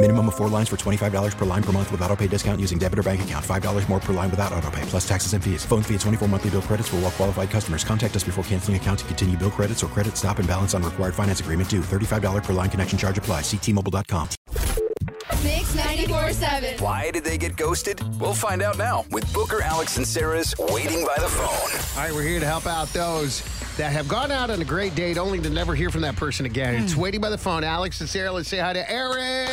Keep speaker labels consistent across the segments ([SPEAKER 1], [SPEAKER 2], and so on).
[SPEAKER 1] Minimum of four lines for $25 per line per month with auto pay discount using debit or bank account. $5 more per line without auto pay, plus taxes and fees. Phone fee at 24 monthly bill credits for all well qualified customers. Contact us before canceling account to continue bill credits or credit stop and balance on required finance agreement due. $35 per line connection charge apply. Ctmobile.com.
[SPEAKER 2] Mix 94.7.
[SPEAKER 3] Why did they get ghosted? We'll find out now with Booker, Alex, and Sarah's Waiting by the Phone.
[SPEAKER 4] All right, we're here to help out those that have gone out on a great date only to never hear from that person again. It's
[SPEAKER 5] Hmm.
[SPEAKER 4] Waiting by the Phone. Alex and Sarah, let's say hi to Eric.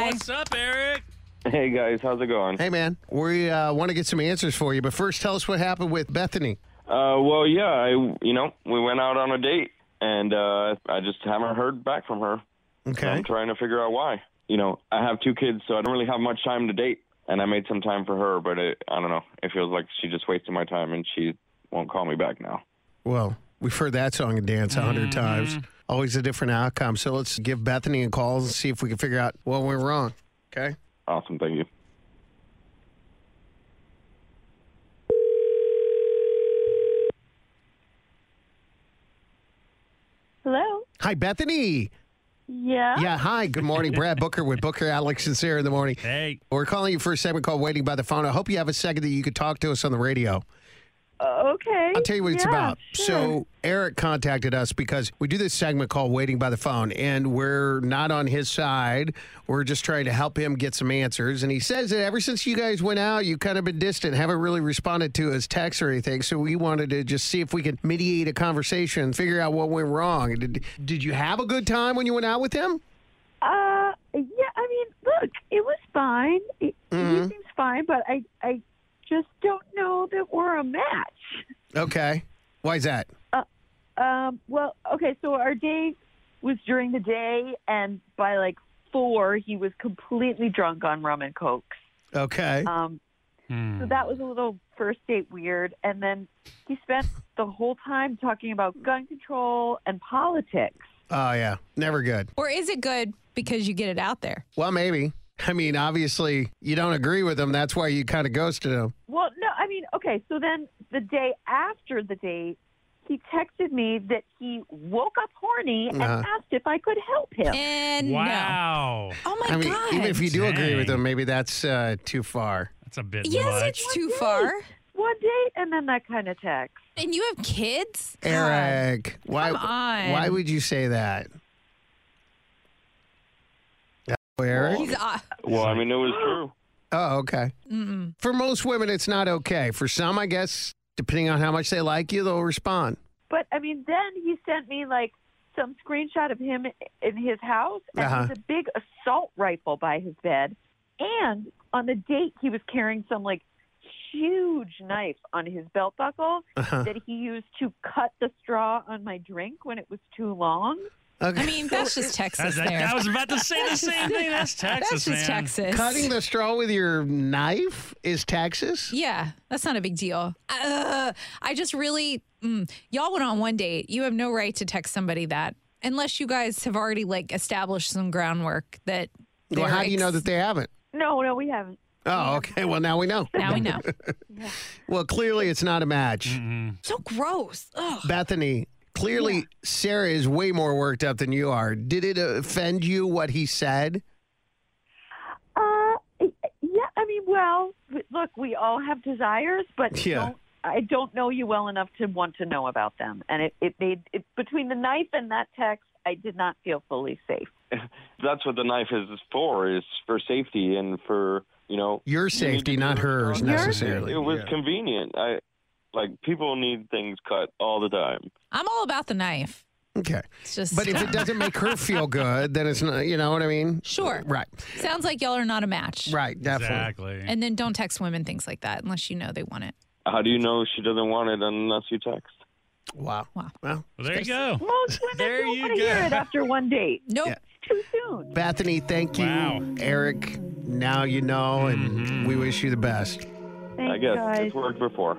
[SPEAKER 6] What's up, Eric?
[SPEAKER 7] Hey guys, how's it going?
[SPEAKER 4] Hey, man. We uh, want to get some answers for you, but first tell us what happened with Bethany.
[SPEAKER 7] Uh, well, yeah, I, you know, we went out on a date, and uh, I just haven't heard back from her.
[SPEAKER 4] Okay.
[SPEAKER 7] I'm trying to figure out why. You know, I have two kids, so I don't really have much time to date, and I made some time for her, but it, I don't know. It feels like she just wasted my time, and she won't call me back now.
[SPEAKER 4] Well, we've heard that song and dance a 100 times. Always a different outcome. So let's give Bethany a call and see if we can figure out what went wrong. Okay.
[SPEAKER 7] Awesome, thank you.
[SPEAKER 8] Hello.
[SPEAKER 4] Hi, Bethany.
[SPEAKER 8] Yeah.
[SPEAKER 4] Yeah, hi. Good morning. Brad Booker with Booker, Alex, and Sarah in the morning.
[SPEAKER 6] Hey.
[SPEAKER 4] We're calling you for a segment called Waiting by the Phone. I hope you have a second that you could talk to us on the radio.
[SPEAKER 8] Okay.
[SPEAKER 4] I'll tell you what it's
[SPEAKER 8] Yeah,
[SPEAKER 4] about.
[SPEAKER 8] sure.
[SPEAKER 4] So Eric contacted us because we do this segment called Waiting by the Phone, and we're not on his side. We're just trying to help him get some answers. And he says that ever since you guys went out, you've kind of been distant, haven't really responded to his texts or anything. So we wanted to just see if we could mediate a conversation and figure out what went wrong. Did, did you have a good time when you went out with him?
[SPEAKER 8] Uh, yeah. I mean, look, it was fine. It, He seems fine, but I, I just don't know that we're a match.
[SPEAKER 4] Okay. Why is that?
[SPEAKER 8] Um. Well, okay. So our date was during the day, and by like four, he was completely drunk on rum and cokes.
[SPEAKER 4] Okay.
[SPEAKER 8] Um, So that was a little first date weird. And then he spent the whole time talking about gun control and politics.
[SPEAKER 4] Oh, yeah. Never good.
[SPEAKER 5] Or is it good because you get it out there?
[SPEAKER 4] Well, maybe. I mean, obviously, you don't agree with him. That's why you kind of ghosted him.
[SPEAKER 8] Well, no, I mean, okay. So then the day after the date, he texted me that he woke up horny and
[SPEAKER 4] Uh-huh.
[SPEAKER 8] asked if I could help him.
[SPEAKER 5] And no.
[SPEAKER 6] Wow.
[SPEAKER 5] Oh my
[SPEAKER 4] I mean,
[SPEAKER 5] god.
[SPEAKER 4] even if you do agree with
[SPEAKER 6] Dang.
[SPEAKER 4] them, maybe that's uh, too far.
[SPEAKER 6] That's a bit
[SPEAKER 5] Yes,
[SPEAKER 6] much.
[SPEAKER 5] it's too far.
[SPEAKER 8] One date and then that kind of text.
[SPEAKER 5] And you have kids? God.
[SPEAKER 4] Eric, why?
[SPEAKER 5] come on.
[SPEAKER 4] Why would you say that? Oh, Eric.
[SPEAKER 5] He's off.
[SPEAKER 7] Well, I mean, it was true.
[SPEAKER 4] Oh, okay.
[SPEAKER 5] Mm-mm.
[SPEAKER 4] For most women, it's not okay. For some, I guess, depending on how much they like you, they'll respond.
[SPEAKER 8] But I mean, then he sent me like some screenshot of him in his house, and
[SPEAKER 4] Uh-huh.
[SPEAKER 8] there's a big assault rifle by his bed. And on the date, he was carrying some like huge knife on his belt buckle
[SPEAKER 4] Uh-huh.
[SPEAKER 8] that he used to cut the straw on my drink when it was too long.
[SPEAKER 4] Okay.
[SPEAKER 5] I mean, that's just Texas
[SPEAKER 6] That's- that-
[SPEAKER 5] there.
[SPEAKER 6] I was about to say the same thing. That's Texas,
[SPEAKER 5] that's just
[SPEAKER 6] man.
[SPEAKER 5] Texas.
[SPEAKER 4] Cutting the straw with your knife is Texas.
[SPEAKER 5] yeah, that's not a big deal. Uh, I just really, mm, y'all went on one date. You have no right to text somebody that unless you guys have already like established some groundwork that.
[SPEAKER 4] Well,
[SPEAKER 5] they're
[SPEAKER 4] how do you know
[SPEAKER 5] ex-
[SPEAKER 4] that they haven't?
[SPEAKER 8] No, no, we haven't.
[SPEAKER 4] Oh, okay. Well, now we know.
[SPEAKER 5] Now we know.
[SPEAKER 4] Well, clearly, it's not a match.
[SPEAKER 5] so gross. Ugh.
[SPEAKER 4] Bethany, clearly Sarah is way more worked up than you are. Did it offend you what he said?
[SPEAKER 8] Uh, yeah, I mean, well, w- look, we all have desires, but
[SPEAKER 4] Yeah.
[SPEAKER 8] don't, I don't know you well enough to want to know about them. And it, it made it, between the knife and that text, I did not feel fully safe.
[SPEAKER 7] That's what the knife is for, is for safety and for, you know,
[SPEAKER 4] Your
[SPEAKER 7] you need to
[SPEAKER 4] safety,
[SPEAKER 7] do
[SPEAKER 4] not
[SPEAKER 7] what's
[SPEAKER 4] hers
[SPEAKER 7] wrong.
[SPEAKER 4] necessarily.
[SPEAKER 7] It was convenient. I Like people need things cut all the time.
[SPEAKER 5] I'm all about the knife.
[SPEAKER 4] Okay.
[SPEAKER 5] It's just
[SPEAKER 4] But if it doesn't make her feel good, then it's not, you know what I mean?
[SPEAKER 5] Sure.
[SPEAKER 4] Right.
[SPEAKER 5] Sounds like y'all are not a match.
[SPEAKER 4] Right. Definitely.
[SPEAKER 5] And then don't text women things like that unless you know they want it.
[SPEAKER 7] How do you know she doesn't want it unless you text?
[SPEAKER 4] Wow.
[SPEAKER 5] Wow.
[SPEAKER 4] Well,
[SPEAKER 6] there you go.
[SPEAKER 8] Most women
[SPEAKER 6] There
[SPEAKER 8] don't
[SPEAKER 6] you
[SPEAKER 8] want to hear
[SPEAKER 6] go.
[SPEAKER 8] it after one date.
[SPEAKER 5] Nope.
[SPEAKER 4] Bethany, thank you. Eric, now you know, and
[SPEAKER 6] Mm-hmm.
[SPEAKER 4] we wish you the best.
[SPEAKER 8] Thanks,
[SPEAKER 7] I guess
[SPEAKER 8] guys.
[SPEAKER 7] it's worked before.